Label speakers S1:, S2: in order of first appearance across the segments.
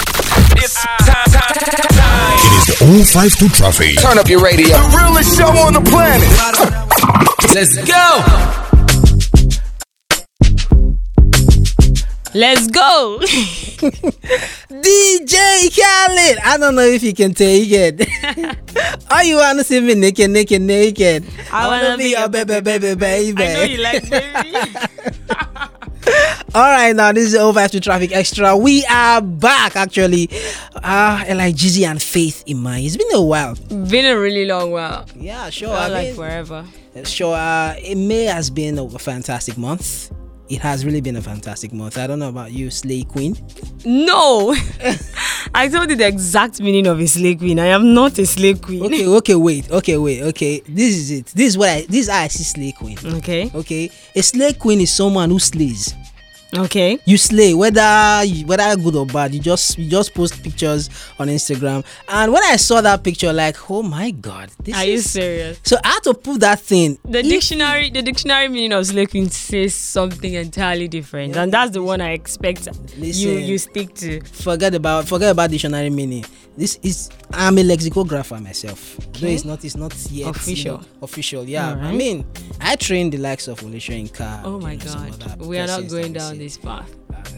S1: It's time, time, time, time.
S2: It is the O52 Trophy.
S1: Turn up your radio.
S3: The realest show on the planet.
S1: Let's go.
S4: Let's go.
S5: DJ Khaled. I don't know if you can take it. All you want to see me naked, naked, naked.
S4: I wanna be your
S5: baby, baby, baby.
S4: I know you like baby.
S5: All right, now this is over after traffic extra. We are back actually. Uh, like Jizzy and Faith in mind. It's been a while.
S4: Been a really long while.
S5: Yeah, sure.
S4: I
S5: I
S4: like
S5: mean,
S4: forever.
S5: Sure, uh, it May has been a fantastic month. It has really been a fantastic month. I don't know about you, Slay Queen.
S4: No. I told you the exact meaning of a slave queen. I am not a slave queen.
S5: Okay, okay, wait, okay, wait, okay. This is it. This is what I. This is how I see Slay Queen.
S4: Okay.
S5: Okay, a Slay Queen is someone who slays.
S4: Okay.
S5: You slay, whether you- whether good or bad. You just you just post pictures on Instagram. And when I saw that picture, like, oh my god, this
S4: Are you
S5: is-
S4: serious?
S5: So I had to put that thing.
S4: The
S5: If-
S4: dictionary, the dictionary meaning of slave queen says something entirely different, and that's the one I expect you
S5: Listen.
S4: you stick to.
S5: forget about forget about dictionary meaning. This is I'm a lexicographer myself. Though it's not it's not yet
S4: Official.
S5: you know, official, yeah. I
S4: Alright.
S5: mean, I trained the likes of Olesha Inka.
S4: Oh
S5: you
S4: my
S5: know, some
S4: god,
S5: other
S4: we are not
S5: persons that
S4: going
S5: we
S4: down
S5: see.
S4: this path,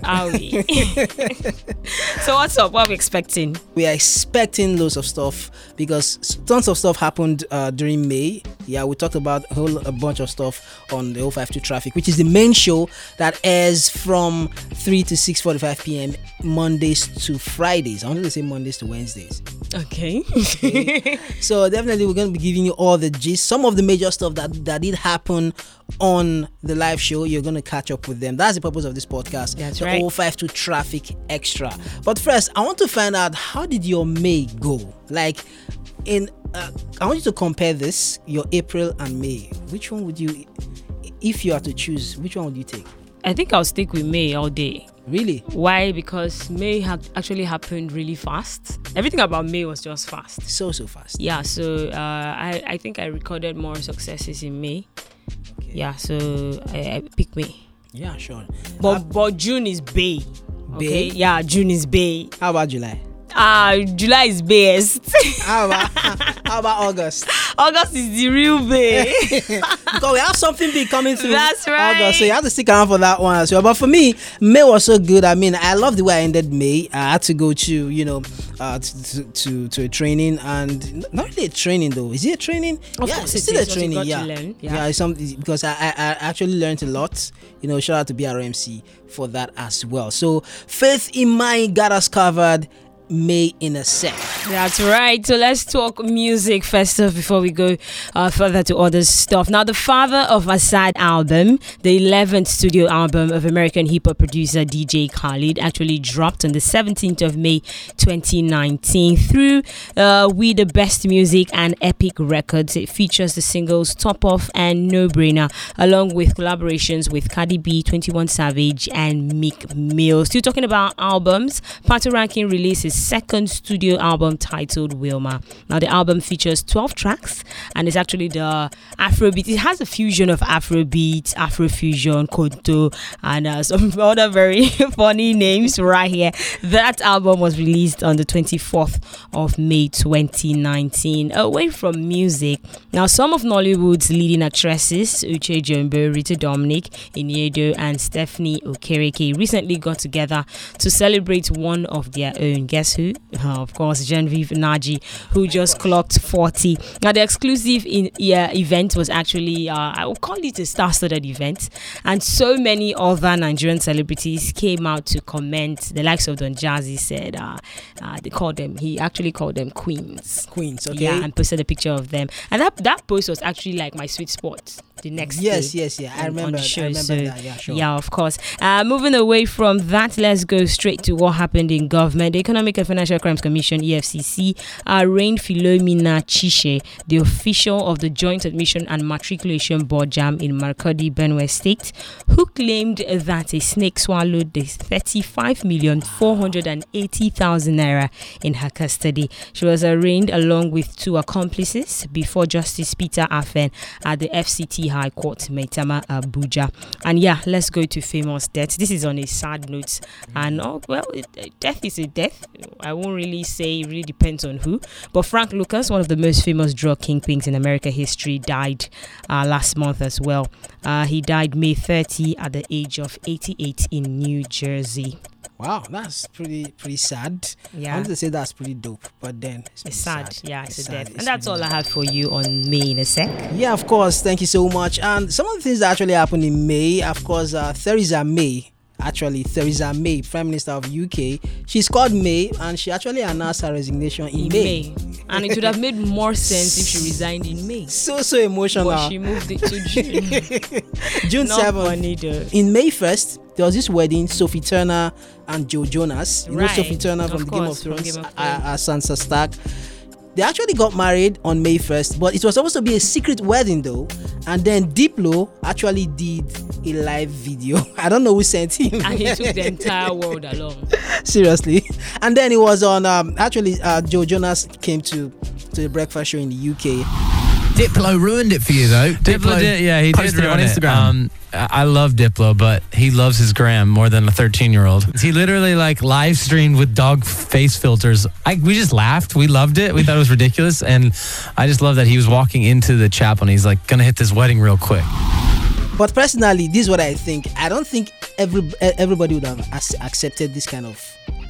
S4: are we? so what's up? What are we expecting?
S5: we are expecting loads of stuff because s- tons of stuff happened uh, during May. Yeah, we talked about a whole a bunch of stuff on the 052 traffic, which is the main show that airs from 3 to 6:45 p.m. Mondays to Fridays. I wanted to say Mondays to Wednesdays.
S4: Okay.
S5: So definitely we're going to be giving you all the gist, some of the major stuff that that did happen on the live show. You're going to catch up with them. That's the purpose of this podcast.
S4: That's
S5: the
S4: right.
S5: 052 traffic extra. But first, I want to find out how did your May go? Like in uh, I want you to compare this your April and May. Which one would you if you are to choose, which one would you take?
S4: I think I'll stick with May all day.
S5: Really?
S4: Why? Because May had actually happened really fast. Everything about May was just fast.
S5: So so fast.
S4: Yeah, so uh, I, I think I recorded more successes in May. Yeah, so I, I pick May.
S5: Yeah, sure.
S4: But but June is Bay.
S5: Bay?
S4: Okay? Yeah, June is Bay.
S5: How about July?
S4: Ah, July is best.
S5: How about how about August?
S4: August is the real Bay.
S5: because we have something big coming through.
S4: That's right.
S5: August, so you have to stick around for that one as well. But for me, May was so good. I mean, I love the way I ended May. I had to go to you know uh, to, to to to a training and not really a training though. Is it a training?
S4: Of
S5: yeah,
S4: course
S5: it's
S4: it
S5: still
S4: is,
S5: a
S4: what you
S5: training.
S4: got to
S5: yeah.
S4: learn.
S5: yeah,
S4: Yeah.
S5: it's something because I, I I actually learned a lot. You know, shout out to BRMC for that as well. So faith in mind got us covered. May in a sec.
S4: That's right. So let's talk music first off before we go uh, further to other stuff. Now, the father of Assad album, the 11th studio album of American hip hop producer DJ Khalid, actually dropped on the 17th of May 2019 through uh, We the Best Music and Epic Records. It features the singles Top Off and No Brainer, along with collaborations with Cardi B, 21 Savage, and Meek Mill. Still talking about albums, Pato Ranking released his second studio album titled Wilma. Now, the album features 12 tracks and it's actually the Afrobeat. It has a fusion of Afrobeat, Afrofusion, Konto, and uh, some other very funny names right here. That album was released on the 24th of May 2019. Away from music, now some of Nollywood's leading actresses, Uche Jumbo, Rita Dominic, Iniedo, and Stephanie Okereke, recently got together to celebrate one of their own. Guess who? Uh, of course, Genevieve Naji, who just clocked 40. Now, the exclusive in, yeah, event was actually, uh, I will call it a star studded event, and so many other Nigerian celebrities came out to comment. The likes of Don Jazzy said, uh, uh, they called them, he actually called them queens.
S5: Queens, okay.
S4: Yeah, and posted a picture of them. And that that post was actually like my sweet spot the next
S5: Yes,
S4: day.
S5: yes, yeah. I
S4: on- on the
S5: remember- I
S4: show.
S5: remember
S4: So,
S5: that. Yeah, sure.
S4: Yeah, of course. Uh, moving away from that, let's go straight to what happened in government. The Economic and Financial Crimes Commission, E EFCC, FCC arraigned Philomena Chishe, the official of the Joint Admission and Matriculation Board Jam in Markodi, Benue State, who claimed that a snake swallowed the 35,480,000 naira in her custody. She was arraigned along with two accomplices before Justice Peter Afen at the FCT High Court, Maitama, Abuja. And yeah, let's go to famous death. This is on a sad note, and oh well, it, death is a death. I won't really say. It really depends on who. But Frank Lucas, one of the most famous drug kingpins in America history, died uh, last month as well. Uh, he died May 30 at the age of 88 in New Jersey.
S5: Wow, that's pretty pretty sad.
S4: Yeah.
S5: I wanted to say that's pretty dope, but then it's, pretty
S4: It's sad. Yeah, it's, a
S5: sad.
S4: death.
S5: It's
S4: And that's
S5: really
S4: all I have for you on May in a sec.
S5: Yeah, of course. Thank you so much. And some of the things that actually happened in May, of course, uh, Theresa May. Actually, Theresa May, Prime Minister of UK, she's called May, and she actually announced her resignation in,
S4: In May. And it would have made more sense if she resigned in May.
S5: So so emotional.
S4: But she moved it to June.
S5: June
S4: Not
S5: seventh.
S4: funny though.
S5: In May first, there was this wedding. Sophie Turner and Joe Jonas. You know
S4: Right.
S5: Sophie Turner
S4: Of
S5: from the
S4: course,
S5: Game
S4: from
S5: of Thrones,
S4: Game of
S5: uh, uh, Sansa Stark. They actually got married on May 1st, but it was supposed to be a secret wedding though. And then Diplo actually did a live video. I don't know who sent him.
S4: And he took the entire world along.
S5: Seriously. And then it was on um, actually uh, Joe Jonas came to to the breakfast show in the UK.
S6: Diplo ruined it for you though.
S7: Diplo did, yeah, he did
S6: posted
S7: ruin
S6: it on Instagram.
S7: Um, I I love Diplo, but he loves his gram more than a 13 year old. He literally like live streamed with dog face filters. I, we just laughed. We loved it. We thought it was ridiculous, and I just love that he was walking into the chapel and he's like, "Gonna hit this wedding real quick."
S5: But personally, this is what I think. I don't think every e- everybody would have ac- accepted this kind of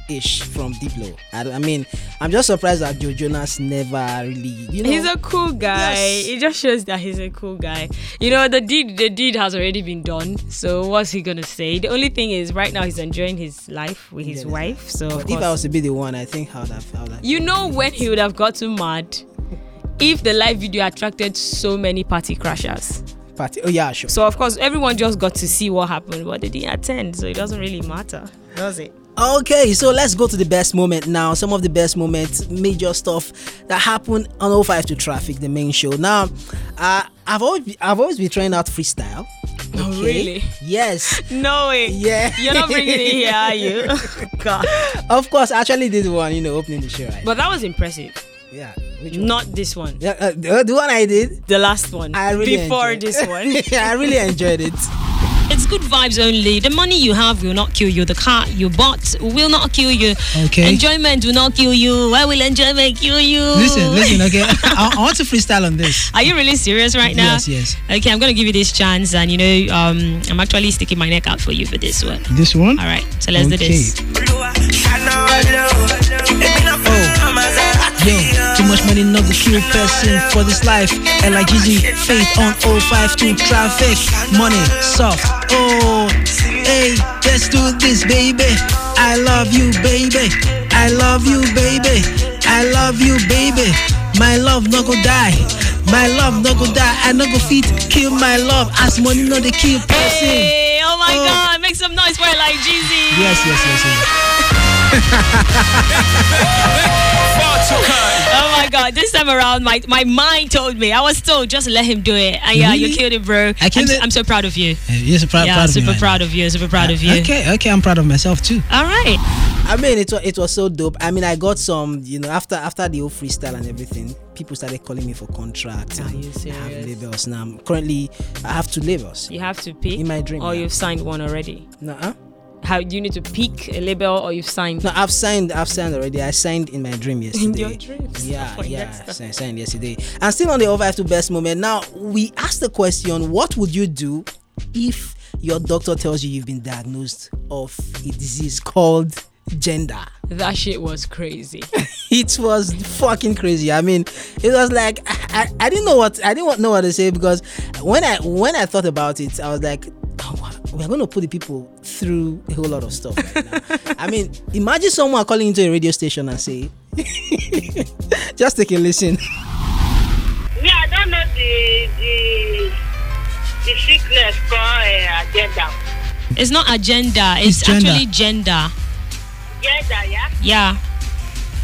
S5: ish from Diplo. I, don't- I mean, I'm just surprised that Joe Jonas never really, you know.
S4: He's a cool guy.
S5: Yes.
S4: It just shows that he's a cool guy. You know, the deed the deed has already been done. So what's he gonna say? The only thing is right now he's enjoying his life with his
S5: Yeah.
S4: wife. So of
S5: if I
S4: course-
S5: was to be the one, I think how that, how that.
S4: You know when he would have gotten mad if the live video attracted so many party crashers.
S5: Party. Oh yeah, sure.
S4: So of course everyone just got to see what happened, but they didn't attend, so it doesn't really matter, does it?
S5: Okay, so let's go to the best moment now. Some of the best moments, major stuff that happened on 05 to Traffic, the main show. Now, uh, I've always I've always been trying out freestyle.
S4: Oh,
S5: Okay?
S4: really?
S5: Yes.
S4: No way.
S5: Yeah.
S4: You're not bringing it here, are you? God.
S5: Of course, I actually did one, you know, opening the show, right?
S4: But that was impressive.
S5: yeah. Which one?
S4: Not this one.
S5: Yeah, uh, the the one I did.
S4: The last one.
S5: I really
S4: Before
S5: enjoyed-
S4: this one.
S5: I really enjoyed it.
S8: It's good vibes only. The money you have will not kill you. The car you bought will not kill you.
S5: Okay.
S8: Enjoyment will not kill you. Why will enjoyment kill you?
S5: Listen, listen, okay. I, I want to freestyle on this.
S8: Are you really serious right now?
S5: Yes, yes.
S8: Okay, I'm gonna give you this chance, and you know, um, I'm actually sticking my neck out for you for this one.
S5: This one?
S8: All right, so let's do this.
S5: Oh. Yo, too much money not the true person for this life. And like Gigi, faith on 052 traffic. Money soft. Oh, hey, let's do this, baby. I love you, baby. I love you, baby. I love you, baby. My love not go die. My love not go die. I not go fit. Kill my love. As money not the kill person.
S8: Hey, oh my
S5: Oh.
S8: God! Make some noise for it, like Jeezy.
S5: Yes, yes, yes, yes.
S1: Far too kind.
S8: Oh my God! This time around, my my mind told me I was told just let him do it. And yeah, you
S5: Really?
S8: killed it, bro.
S5: I killed
S8: am
S5: it?
S8: I'm so proud of you.
S5: Yes, proud,
S8: yeah, super proud of you. Super proud of you.
S5: Okay, okay, I'm proud of myself too.
S8: All right.
S5: I mean, it was it was so dope. I mean, I got some, you know, after after the whole freestyle and everything, people started calling me for contracts. Are
S4: you serious?
S5: I have labels now. I'm currently, I have two labels.
S4: You have to pick
S5: In my dream,
S4: or
S5: yeah.
S4: you've signed one already.
S5: Nuh-uh.
S4: How you need to pick a label or you've signed
S5: No, I've signed. I've signed already. I signed in my dream yesterday.
S4: your dreams.
S5: Yeah,
S4: Oh,
S5: yeah.
S4: that's-
S5: Signed, signed yesterday. And still on the over after best moment. Now we asked the question: What would you do if your doctor tells you you've been diagnosed of a disease called gender?
S4: that shit was crazy.
S5: it was fucking crazy. I mean, it was like I, I, I didn't know what I didn't wa- know what to say because when I when I thought about it, I was like, oh, wow, we're going to put the people through a whole lot of stuff. Right now. I mean, imagine someone calling into a radio station and say, just take a listen.
S9: Me, I don't know the the, the sickness called uh, agenda.
S8: It's not agenda. It's,
S5: It's gender.
S8: actually gender.
S9: Agenda, yeah.
S8: Yeah.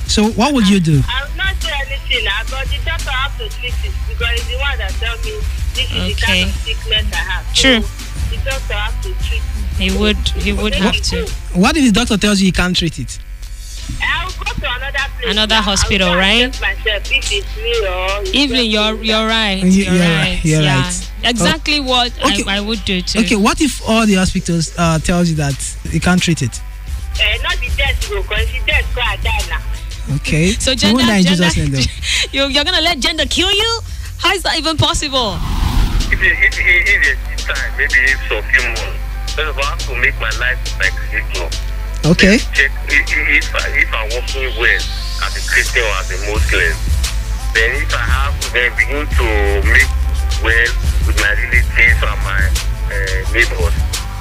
S7: So what would you do?
S9: I will not say anything, uh, but the doctor have to treat it because he's the one that tells me this is the
S4: Okay.
S9: kind of sickness I have.
S4: True.
S9: So the doctor have to treat it.
S4: He would. He would
S9: Make
S4: have
S9: it
S4: to.
S9: good.
S7: What if the doctor tells you you can't treat it?
S9: Eh, I will go to another place.
S4: Another
S9: now.
S4: hospital,
S9: I will go and
S4: right?
S9: check Myself, if it's me or it's
S4: Evelyn,
S9: just-
S4: you're you're right.
S7: You-
S4: You're,
S7: you're
S4: right.
S7: right, you're
S4: yeah.
S7: right.
S4: Exactly what
S7: Okay.
S4: I, I would do too.
S7: Okay, what if all the hospitals uh, tells you that you can't treat it?
S9: Eh, not the death, because the death, go and die now.
S7: Okay.
S4: So
S7: We
S4: gender,
S7: won't die in
S4: gender,
S7: Jesus' name, though.
S4: you're, you're gonna let gender kill you? How is that even possible?
S10: If it, if, it, if it's time, maybe if so, few months. First of all, I have to make my life like simple.
S7: Okay.
S10: Check if, if, I- if I'm working well as a Christian or as a Muslim. Then if I have, then begin to make well with my relatives and my uh, neighbors,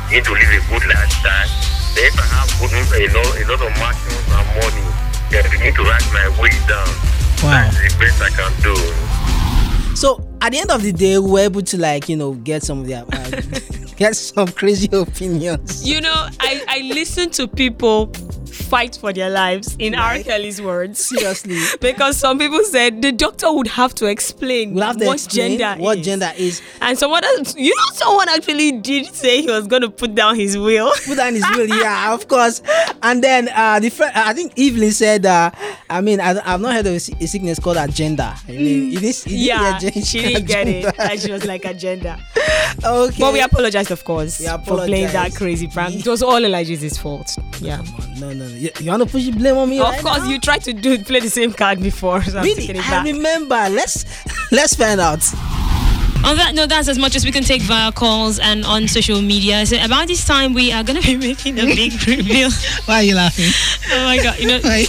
S10: begin to live a good lifestyle. Then if I have good, a, lot, a lot of mushrooms and money, then I begin to write my weight down.
S7: Wow.
S10: That's the best I can do.
S5: So at the end of the day, we were able to like you know get some of their uh, get some crazy opinions.
S11: You know, I, I listen to people fight for their lives in R.
S5: Right.
S11: Kelly's words.
S5: Seriously.
S11: because some people said the doctor would have to explain
S5: We'll have to
S11: what
S5: explain
S11: gender
S5: what
S11: is.
S5: gender is.
S11: And someone else, you know, someone actually did say he was going to put down his will.
S5: Put that in his will, yeah, of course. And then uh, the fir- I think Evelyn said, uh, I mean, I, I've not heard of a, si- a sickness called agenda. I mean, it is, it is
S11: Mm. yeah,
S5: agen-
S11: she didn't get it.
S5: agenda.
S11: And she was like, agenda.
S5: okay.
S11: But we apologized, of course,
S5: We
S11: for playing that
S5: apologize.
S11: crazy prank. It was all Elijah's fault. Yeah.
S5: no, no, no. You, you want to push the blame on me?
S11: Of
S5: right
S11: course,
S5: now?
S11: you tried to do play the same card before, so I'm
S5: Really?
S11: taking it
S5: I
S11: back.
S5: remember. Let's let's find out.
S4: On that note, that's as much as we can take via calls and on social media. So about this time, we are gonna be making a big reveal.
S7: Why are you laughing?
S4: Oh my god! You know,
S7: Why?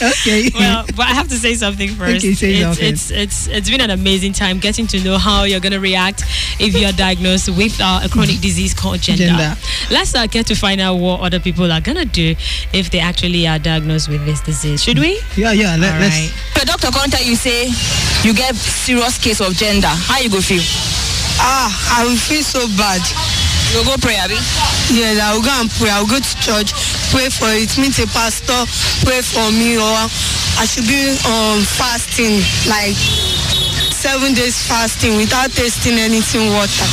S7: okay.
S4: well, but I have to say something first.
S7: Okay, say
S4: it's,
S7: something.
S4: It's, it's, it's been an amazing time getting to know how you're going to react if you're diagnosed with uh, a chronic disease called gender.
S7: Mm. Gender.
S4: Let's uh, get to find out what other people are going to do if they actually are diagnosed with this disease. Should we?
S7: Yeah, yeah. Let,
S4: All
S7: let's.
S4: right.
S12: Your doctor come tell you say you get serious case of gender. How you go feel?
S13: Ah, I will feel so bad.
S12: You go go pray, abi?
S13: Yes, I will go and pray. I will go to church, pray for it. Meet a pastor, pray for me, or I should be um, fasting, like seven days fasting without tasting anything water.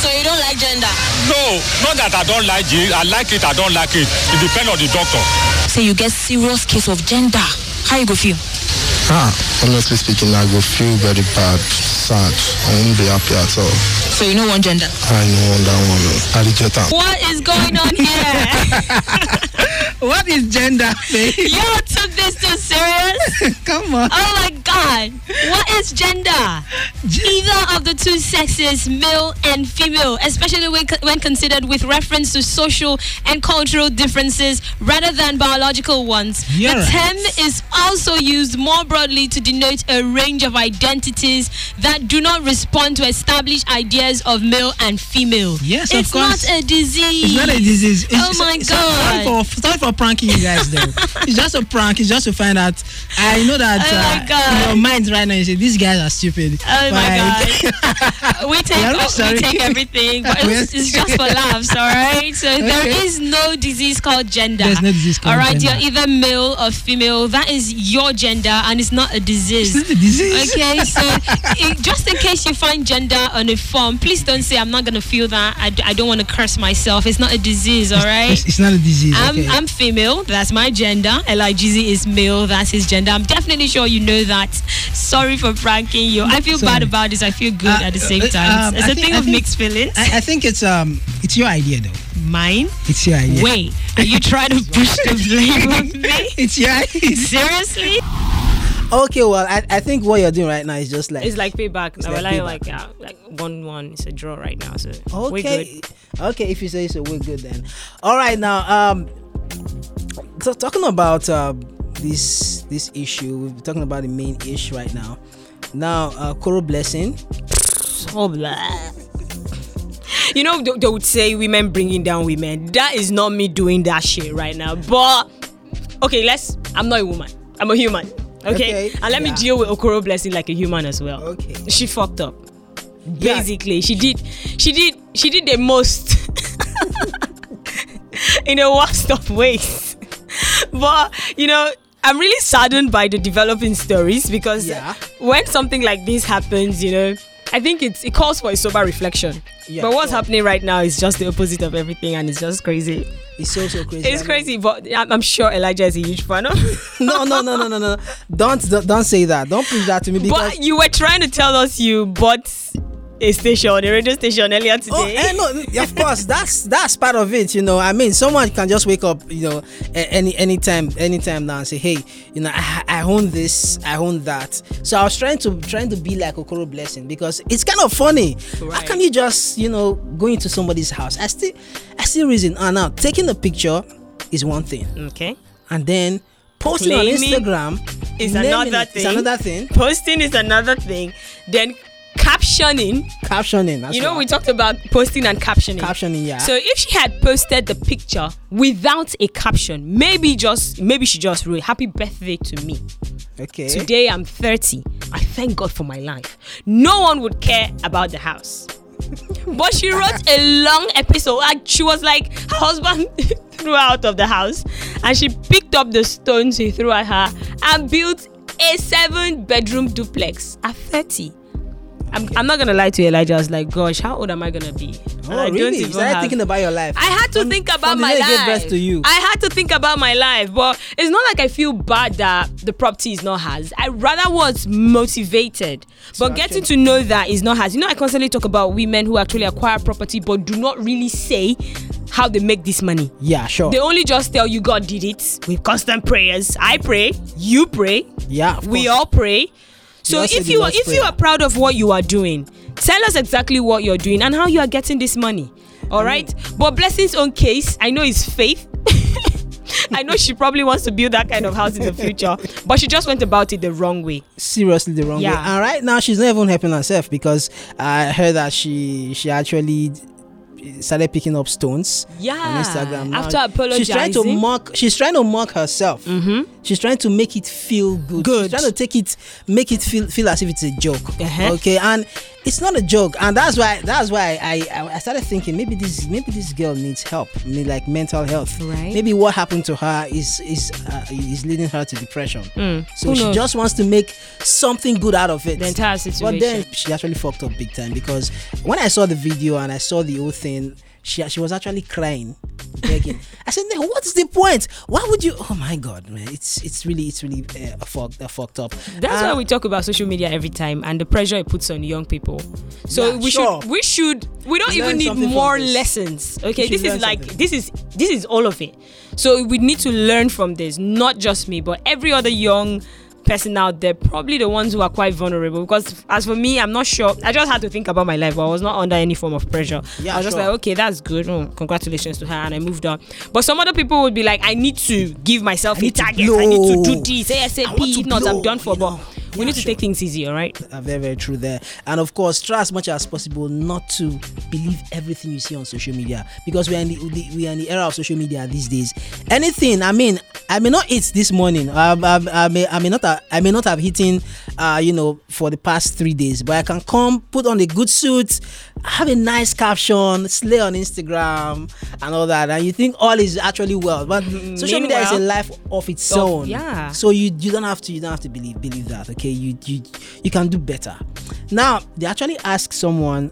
S12: So you don't like gender.
S14: No, not that I don't like it. I like it, I don't like it. It depends on the doctor.
S12: Say you get serious case of gender. How you go feel?
S15: Ah, honestly speaking, I will feel very bad, sad. I won't be happy at all.
S12: So you know one gender.
S15: I know that one. I reject am.
S4: What is going on here?
S7: What is gender? babe?
S4: you took this too serious?
S7: Come on.
S4: Oh my god! What is gender? Either of the two sexes, male and female, especially when, when considered with reference to social and cultural differences rather than biological ones.
S7: You're
S4: the
S7: right.
S4: term is also used more broadly to denote a range of identities that do not respond to established ideas of male and female.
S7: Yes, of
S4: it's
S7: course.
S4: not a disease.
S7: It's not a disease. It's,
S4: Oh my
S7: it's- Sorry
S4: God.
S7: for, sorry for pranking you guys, though. it's just a prank. It's just to find out. I know that
S4: Oh my
S7: uh,
S4: God.
S7: in your mind right now, you say, these guys are stupid.
S4: Oh my god. We take,
S7: Yeah, I'm
S4: we
S7: sorry.
S4: take everything, but it's, it's just for laughs, all right? So there
S7: Okay.
S4: is no disease called gender.
S7: There's no disease called
S4: All right,
S7: gender.
S4: you're either male or female. That is your gender, and it's not a disease.
S7: It's not a disease.
S4: Okay, so i just in case you find gender on a form, please don't say, I'm not going to feel that. I, d- I don't want to curse myself. It's not a disease, all right?
S7: It's, it's not a disease.
S4: I'm,
S7: okay.
S4: I'm female. That's my gender. Ligz is male. That's his gender. I'm definitely sure you know that. Sorry for pranking you. I feel
S7: Sorry.
S4: bad about this. I feel good
S7: Uh,
S4: at the same
S7: uh,
S4: time.
S7: um,
S4: it's
S7: I
S4: a
S7: think-
S4: thing
S7: I
S4: of
S7: think-
S4: mixed feelings.
S7: I, I think it's um, it's your idea, though.
S4: Mine?
S7: It's your idea.
S4: Wait. Are you trying to push the blame on me?
S7: It's your idea.
S4: Seriously?
S5: Okay, well, I, I think what you're doing right now is just like
S11: It's like payback. Now,
S5: like
S11: like,
S5: payback.
S11: like, yeah, like one one. It's a draw right now, so we're
S5: Okay.
S11: good.
S5: Okay, if you say so, we're good then. All right, now um, so talking about uh, this this issue, we have been talking about the main issue right now. Now, uh, Koro Blessing.
S11: So blah. You know they, they would say women bringing down women. That is not me doing that shit right now. But okay, let's. I'm not a woman. I'm a human. Okay,
S5: Okay,
S11: and let me
S5: yeah.
S11: deal with Okoro Blessing like a human as well.
S5: Okay.
S11: she fucked up.
S5: Yeah.
S11: Basically, she did. She did. She did the most in the worst of ways. but you know,
S4: I'm really saddened by the developing stories because when something like this happens, you know, I think it's it calls for a sober reflection.
S5: Yeah,
S4: but what's
S5: sure.
S4: happening right now is just the opposite of everything, and it's just crazy.
S5: It's so so crazy.
S4: It's crazy, but I'm, I'm sure Elijah is a huge fan of.
S5: no, no, no, no, no, no. Don't don't don't say that. Don't push that to me because
S4: But you were trying to tell us you bought a station, a radio station earlier
S5: Oh,
S4: today.
S5: eh, no, of course, that's that's part of it. You know, I mean, someone can just wake up, you know, a- any anytime, anytime now and say, hey, you know, I, I own this, I own that. So I was trying to trying to be like Okoro Blessing because it's kind of funny. How can you just, you know, go into somebody's house? I still, I still reason. Ah, now taking a picture is one thing,
S4: Okay.
S5: and then posting on
S4: Claiming
S5: Instagram
S4: Is
S5: naming
S4: another
S5: it
S4: thing.
S5: is another thing.
S4: Posting is another thing. Then captioning.
S5: Captioning. That's
S4: you know,
S5: right.
S4: we talked about posting and captioning.
S5: captioning. Yeah.
S4: So if she had posted the picture without a caption, maybe just maybe she just wrote "Happy birthday to me."
S5: okay.
S4: Today I'm 30. I thank God for my life. No one would care about the house. but she wrote a long episode. Like she was like her husband threw her out of the house, and she picked up the stones he threw at her and built a seven-bedroom duplex at 30. I'm, I'm not gonna lie to you, Elijah. I was like, gosh, how old am I gonna be?
S5: Oh,
S4: And I don't
S5: really? You
S4: even
S5: started
S4: have-
S5: thinking about your life.
S4: I had to think about
S5: from the
S4: my
S5: day I
S4: life.
S5: gave birth to you.
S4: I had to think about my life, but it's not like I feel bad that the property is not hers. I rather was motivated, but getting to know that it's not hers. You know, I constantly talk about women who actually acquire property but do not really say how they make this money.
S5: yeah, sure.
S4: They only just tell you God did it with constant prayers. I pray, you pray,
S5: yeah. of
S4: we
S5: course.
S4: all pray. So
S5: all say
S4: if
S5: the
S4: you
S5: Lord's
S4: if you
S5: Prayer.
S4: are proud of what you are doing, tell us exactly what you're doing and how you are getting this money. All right. But blessings on case, I know it's faith. I know she probably wants to build that kind of house in the future, but she just went about it the wrong way.
S5: seriously the wrong way.
S4: Yeah.
S5: And right now she's not even helping herself because I heard that she she actually started picking up stones
S4: Yeah.
S5: on Instagram. now.
S4: After apologizing. Mm-hmm.
S5: she's trying to mock. She's trying to mock herself. She's trying to make it feel good. Good. She's trying to take it, make it feel feel as if it's a joke.
S4: Uh-huh.
S5: Okay, and it's not a joke, and that's why that's why I I I started thinking maybe this maybe this girl needs help, I mean, like mental health.
S4: Right.
S5: Maybe what happened to her is is uh, is leading her to depression.
S4: Mm.
S5: So
S4: Who
S5: she
S4: knows?
S5: just wants to make something good out of it.
S4: The entire
S5: But then
S4: situation.
S5: she actually fucked up big time because when I saw the video and I saw the whole thing, she she was actually crying, begging. I said, "No, what is the point? Why would you? Oh my god, man! It's it's really it's really uh, fucked uh, fucked up."
S4: That's
S5: And-
S4: why we talk about social media every time and the pressure it puts on young people. So
S5: Yeah,
S4: we
S5: sure.
S4: should we should we don't
S5: Learn
S4: even need
S5: something from
S4: more
S5: this.
S4: lessons.
S5: We
S4: Okay,
S5: should
S4: this
S5: learn
S4: is like
S5: something.
S4: this is this is all of it. So we need to learn from this, not just me, but every other young person out there, probably the ones who are quite vulnerable. Because as for me, I'm not sure. I just had to think about my life, but I was not under any form of pressure.
S5: Yeah,
S4: I was just
S5: sure.
S4: like, okay, that's good. Mm, congratulations to her, and I moved on. But some other people would be like, I need to give myself a
S5: need to
S4: target. I need to do
S5: blow.
S4: this
S5: I
S4: ASAP.
S5: want to
S4: If not, I'm
S5: blow,
S4: done for.
S5: you
S4: But
S5: know.
S4: we need to take things easy, all right?
S5: are very very true there and of course try as much as possible not to believe everything you see on social media because we are in the, the we are in the era of social media these days anything i mean i may not eat this morning i, I, I may i may not have, i may not have eaten uh you know for the past three days but i can come put on a good suit have a nice caption slay on instagram and all that and you think all is actually well but social media is a
S4: Meanwhile-
S5: life of its
S4: Of-
S5: own
S4: yeah.
S5: so you you don't have to you don't have to believe believe that okay you you you can do better now they actually ask someone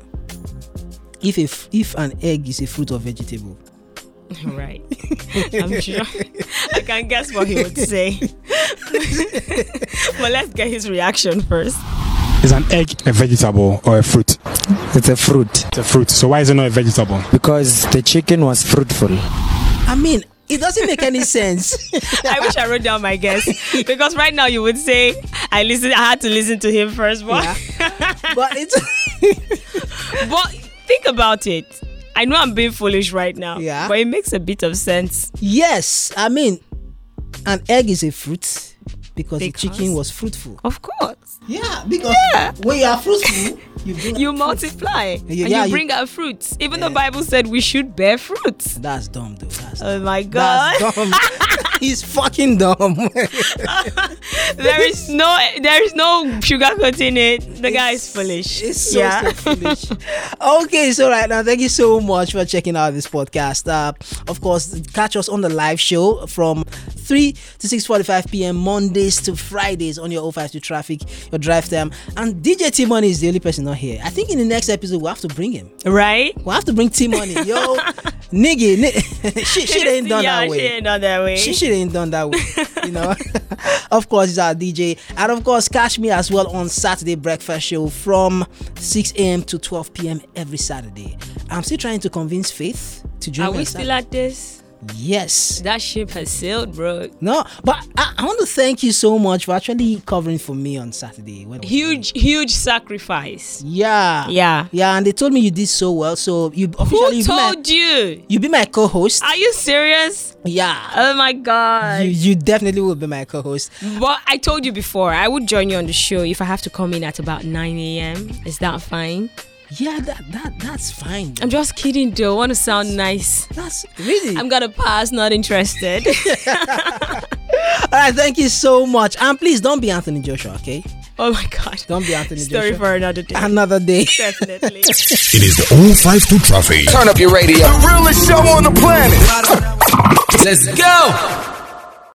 S5: if a f if an egg is a fruit or vegetable
S4: Right. I'm sure. I can guess what he would say. but let's get his reaction first.
S16: Is an egg a vegetable or a fruit? It's a fruit. It's a fruit. So why is it not a vegetable? Because the chicken was fruitful.
S5: i mean it doesn't make any sense
S4: I wish I wrote down my guess because right now you would say I listen. I had to listen to him first, but
S5: but it's
S4: but think about it. I know I'm being foolish right now,
S5: Yeah.
S4: but it makes a bit of sense.
S5: yes i mean an egg is a fruit because, the
S4: Because-
S5: chicken was fruitful
S4: Of course,
S5: yeah because when you are fruitful you bring
S4: you multiply and
S5: yeah,
S4: you
S5: you-
S4: bring out fruits. Even the Bible said we should bear fruits.
S5: that's dumb though that's,
S4: Oh my
S5: that's
S4: God!
S5: dumb he's fucking dumb
S4: there is no there is no sugar in it. The guy is foolish.
S5: It's so, so foolish. okay, so right now, thank you so much for checking out this podcast. Uh, of course, catch us on the live show from 3 to 6.45 p.m. Mondays to Fridays on your 05 to traffic, your drive time. And DJ T-Money is the only person not here. I think in the next episode, we'll have to bring him.
S4: Right?
S5: We'll have to bring T-Money. Yo, nigga, ni- shit, shit ain't done
S4: yeah,
S5: that way.
S4: She ain't done that way.
S5: She shit ain't done that way. You know, of course, it's our DJ. And of course, catch me as well on Saturday Breakfast Show from 6 a.m. to 12 p.m. every Saturday. I'm still trying to convince Faith to join
S4: Are
S5: me
S4: we
S5: on
S4: still
S5: Saturday.
S4: at this?
S5: Yes.
S4: That ship has sailed, bro.
S5: No, but I, I want to thank you so much for actually covering for me on Saturday. When-
S4: Huge, huge sacrifice.
S5: Yeah.
S4: Yeah.
S5: Yeah, and they told me you did so well. So you officially
S4: Who
S5: be my-
S4: told you?
S5: you be my co-host.
S4: Are you serious?
S5: Yeah.
S4: Oh my god.
S5: You, you definitely will be my co-host.
S4: But I told you before, I would join you on the show if I have to come in at about 9 a.m. Is that fine?
S5: Yeah, that, that that's fine.
S4: I'm just kidding, though. I want to sound nice.
S5: That's really.
S4: I'm gonna pass. Not interested.
S5: All right, thank you so much. And please don't be Anthony Joshua, okay?
S4: Oh my god.
S5: Don't be Anthony
S4: Story
S5: Joshua.
S4: for another day.
S5: Another day.
S4: Definitely.
S2: It is the 052 traffic.
S3: Turn up your radio.
S2: The
S3: realest show on the planet.
S2: Let's go.